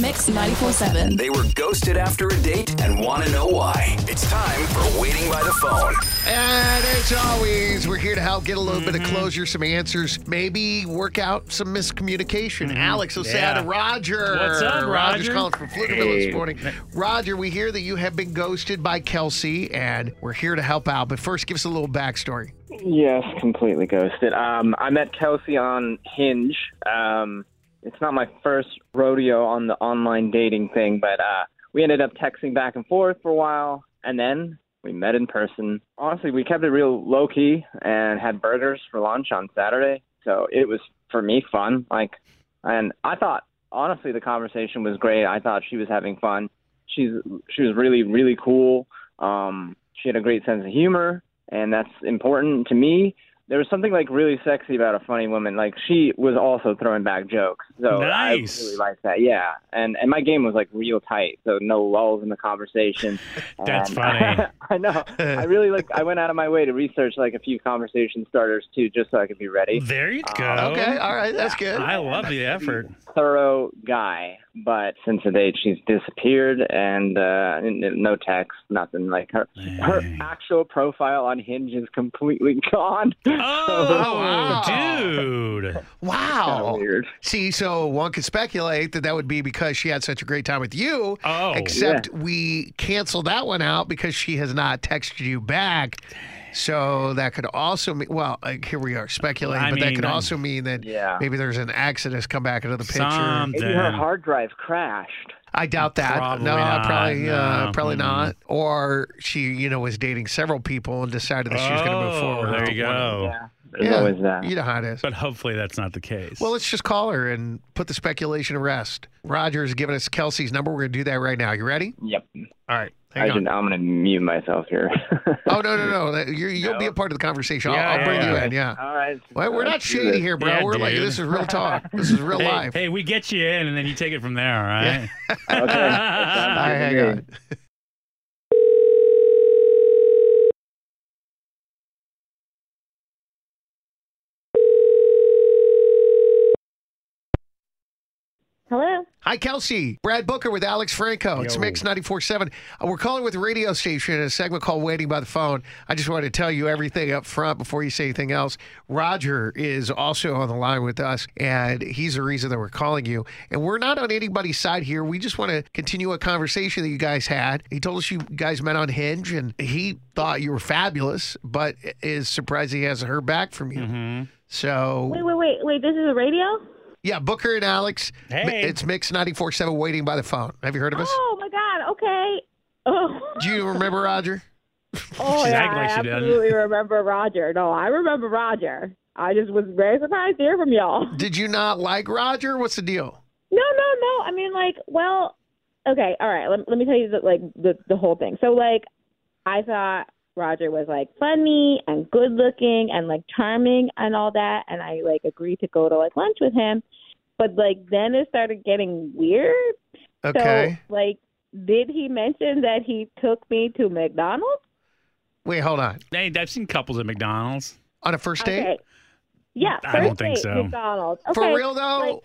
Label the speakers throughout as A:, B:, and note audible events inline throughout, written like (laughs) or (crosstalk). A: Mix 94.7.
B: They were ghosted after a date and want to know why. It's time for Waiting by the Phone.
C: And as always, we're here to help get a little bit of
D: Mm-hmm.
C: closure, some answers, maybe work out some miscommunication. Alex, let's say hi to
D: Mm-hmm. Yeah.
C: Roger.
D: What's up,
C: Roger's
D: Roger?
C: calling from Fluterville this morning. Roger, we hear that you have been ghosted by Kelsey, and we're here to help out. But first, give us a little backstory.
E: Yes, completely ghosted. Um, I met Kelsey on Hinge. Um, it's not my first rodeo on the online dating thing, but uh, we ended up texting back and forth for a while, and then we met in person. Honestly, we kept it real low key and had burgers for lunch on Saturday, so it was for me fun. Like, and I thought honestly the conversation was great. I thought she was having fun. She's she was really really cool. Um, she had a great sense of humor, and that's important to me. There was something like really sexy about a funny woman. Like she was also throwing back jokes, so
D: Nice.
E: I really liked that. Yeah, and and my game was like real tight, so no lulls in the conversation.
D: (laughs) That's
E: And-
D: funny.
E: (laughs) I know. I really like. I went out of my way to research like a few conversation starters too, just so I could be ready.
D: There you go.
C: Uh, Okay, all right, that's good.
D: Oh, I love the effort.
E: thorough guy, but since the date she's disappeared and uh, n- n- no text, nothing. Like her, her actual profile on Hinge is completely (laughs) gone. (laughs)
D: Oh,
C: wow.
D: dude.
C: Wow.
E: Kinda weird.
C: See, so one could speculate that that would be because she had such a great time with you.
D: Oh.
C: Except we canceled that one out because she has not texted you back. So that could also mean, well, like, here we are speculating,
D: I
C: but that
D: mean,
C: could
D: I'm-
C: also mean that
E: Yeah.
C: maybe there's an exodus come back into the picture.
E: Maybe her
D: Something.
E: hard drive crashed.
C: I doubt that.
D: Probably
C: no,
D: not,
C: probably, Uh,
D: no.
C: probably
D: Mm.
C: not. Or she, you know, was dating several people and decided that she was going to move
D: Oh,
C: forward.
D: There you go.
E: There's always that.
C: You know how it is.
D: But hopefully that's not the case.
C: Well, let's just call her and put the speculation to rest. Roger's giving us Kelsey's number. We're going to do that right now. You ready?
E: Yep.
C: All right. Hang
E: I
C: on.
E: did, I'm gonna mute myself here. (laughs)
C: Oh, no, no, no. That- You're, you'll be a part of the conversation. I'll,
D: Yeah,
C: I'll
D: yeah,
C: bring you
D: yeah.
C: in. Yeah.
E: All right.
C: Well, we're not
E: Let's do
C: shady
E: this.
C: here, bro.
D: Yeah,
C: we're like,
D: dude.
C: this is real talk. This is real
D: hey,
C: life.
D: hey, we get you in, and then you take it from there, all right?
C: (laughs) All right, hang on.
F: Hello.
C: Hi, Kelsey. Brad Booker with Alex Franco. It's Mix 94.7. Uh, We're calling with a radio station in a segment called Waiting by the Phone. I just wanted to tell you everything up front before you say anything else. Roger is also on the line with us, and he's the reason that we're calling you. And we're not on anybody's side here. We just want to continue a conversation that you guys had. He told us you guys met on Hinge, and he thought you were fabulous, but is surprised he hasn't heard back from you. So
F: Wait, wait, wait, wait. This is a radio.
C: yeah, Booker and Alex.
D: Hey.
C: Mi- It's Mix 94.7 waiting by the phone. Have you heard of us?
F: Oh my God. Okay.
D: (laughs)
F: Oh,
C: Do you remember Roger?
F: oh
D: She's
F: yeah,
D: acting like she
F: I
D: doesn't.
F: absolutely remember Roger. No, I remember Roger. I just was very surprised to hear from y'all.
C: Did you not like Roger? What's the deal?
F: No, no, no. I mean, like, well, okay, all right. Let, let me tell you, the, like, the the whole thing. So, like, I thought Roger was like funny and good looking and like charming and all that, and I like agreed to go to like lunch with him. But like, then it started getting weird.
C: Okay.
F: So, like, did he mention that he took me to McDonald's?
C: Wait, hold on.
D: (laughs) Hey, I've seen couples at McDonald's.
C: (laughs) On a first date?
F: Okay. Yeah,
D: I don't
F: first
D: think
F: date,
D: so.
F: McDonald's. Okay.
C: For real though?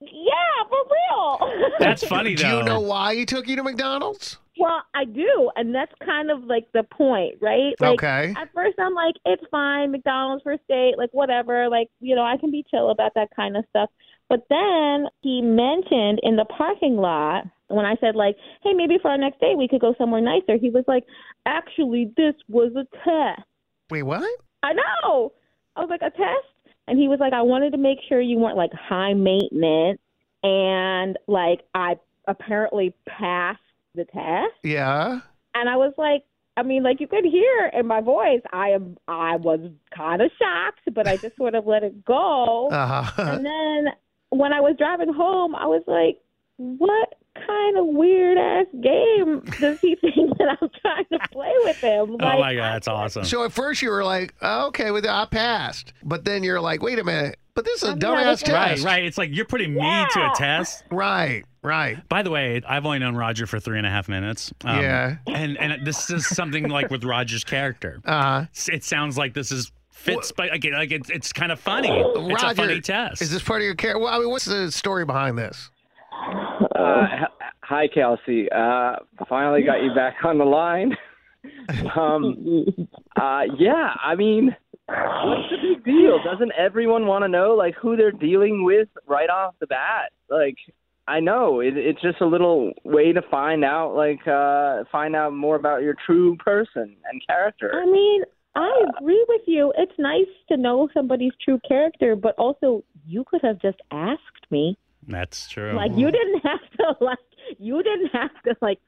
F: Yeah, for real. (laughs)
D: That's funny,
C: Do
D: though.
C: you know why he took you to McDonald's?
F: Well, I do, and that's kind of like the point, right? Like,
C: okay.
F: At first, I'm like, it's fine, McDonald's first date, like whatever, like you know, I can be chill about that kind of stuff. But then he mentioned in the parking lot when I said like, hey, maybe for our next date we could go somewhere nicer. He was like, actually, this was a test.
C: Wait, what?
F: I know. I was like, a test? And he was like, I wanted to make sure you weren't like high maintenance, and like I apparently passed the test.
C: Yeah.
F: And I was like, I mean, like you could hear in my voice, I am, I was kind of shocked, but I just sort of let it go.
C: (laughs) Uh-huh.
F: And then when I was driving home, I was like, what kind kind of weird ass game does he (laughs) think that I'm trying to play with him?
D: oh my god, that's awesome.
C: So at first you were like, oh, okay, with I passed, but then you're like, wait a minute, but this is a
F: I'm not
C: dumbass
F: a-
C: test.
D: right, right. It's like you're putting me to
F: Yeah.
D: a test.
C: right, right.
D: By the way, I've only known Roger for three and a half minutes. Um,
C: Yeah.
D: And and this is something like with Roger's character.
C: Uh,
D: S- It sounds like this is fits, but like, it- like it's it's kind of funny. it's
C: Roger,
D: a funny test.
C: Is this part of your character? Well, I mean, what's the story behind this?
E: Uh, h- hi, Kelsey. Uh, finally got you back on the line. (laughs) um, uh, yeah, I mean, what's the big deal? Doesn't everyone want to know like who they're dealing with right off the bat? Like, I know it, it's just a little way to find out like uh, find out more about your true person and character.
F: I mean, I agree with you. It's nice to know somebody's true character, but also you could have just asked me.
D: That's true.
F: Like
C: Oh.
F: you didn't (laughs) have to like you didn't have to like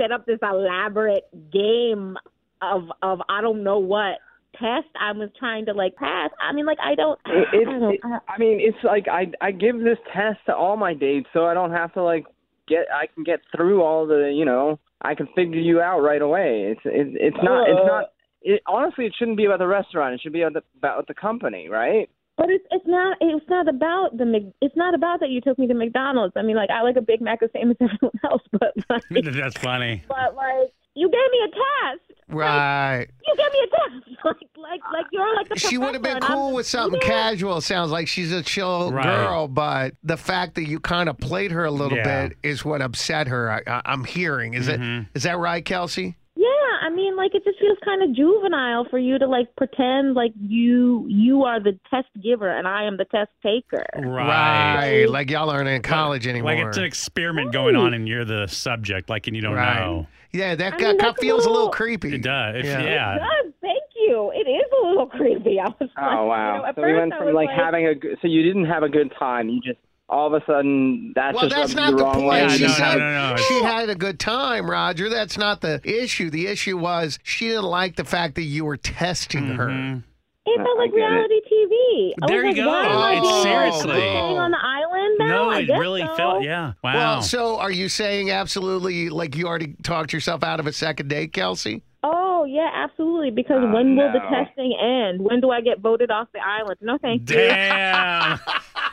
F: set up this elaborate game of of I don't know what test I was trying to like pass. I mean, like I don't.
E: It, it,
F: I don't
E: it, I mean, it's like I I give this test to all my dates, so I don't have to like get. I can get through all the, you know, I can figure you out right away. It's it, it's not it's not. It, honestly, it shouldn't be about the restaurant. It should be about the, about the company, right?
F: But it's it's not it's not about the Mc- it's not about that you took me to McDonald's. I mean, like I like a Big Mac the same as (laughs) everyone else, but
C: (laughs)
F: like,
D: (laughs) That's funny.
F: but like you gave me a test.
C: Right.
F: You gave me a test. (laughs) Like like like you're like the (laughs)
C: She would have been
F: professor, and I'm
C: cool
F: just-
C: with something
F: Yeah.
C: casual. it Sounds like she's a chill
D: Right.
C: girl, but the fact that you kind of played her a little
D: Yeah. Mm-hmm.
C: bit is what upset her. I, I, I'm hearing. Is it? Is that right, Kelsey?
F: Yeah, I mean, like it just feels kind of juvenile for you to like pretend like you you are the test giver and I am the test taker.
D: Right.
C: Right, Like y'all aren't in college anymore.
D: Like it's an experiment going on, and you're the subject, like, and you don't
C: Right.
D: know.
C: Yeah, that guy
F: I mean,
C: kind of
F: that's a
C: feels a little
F: little-
C: creepy.
D: It does. If-
C: Yeah.
D: yeah.
F: God, thank you. It is a little (laughs) creepy. I was like,
E: Oh
F: You know,
E: wow!
F: at
E: so we
F: first
E: went
F: I
E: from
F: was
E: like, having a good, so you didn't have a good time. You just all of a sudden that's
C: Well, that's
E: just rubbed
C: not
E: you
C: the
E: wrong
C: point.
E: way.
D: Yeah,
C: she
D: no, no,
C: said
D: no, no.
C: she had a good time, Roger. That's not the issue. The issue was she didn't like the fact that you were testing
D: Mm-hmm.
C: her.
F: It felt
E: Oh, I
F: like
E: get it.
F: reality TV. I
D: There
F: was
D: you
F: like,
D: go.
F: Why am I
C: It's
F: being
C: seriously-
F: staying on the island now?
D: No,
F: I
D: it
F: guess
D: really
F: so.
D: felt. Yeah. Wow.
C: Well, so are you saying absolutely like you already talked yourself out of a second date, Kelsey?
F: Oh yeah, absolutely. Because when will the
E: Oh, no.
F: testing end? When do I get voted off the island? No, thank you. (laughs)
D: Damn.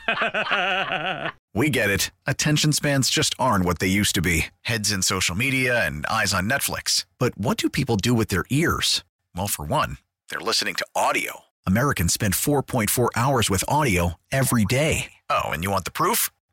D: (laughs)
B: We get it. Attention spans just aren't what they used to be heads in social media and eyes on Netflix. But what do people do with their ears? Well, for one, they're listening to audio. Americans spend 4.4 hours with audio every day. Oh, and you want the proof?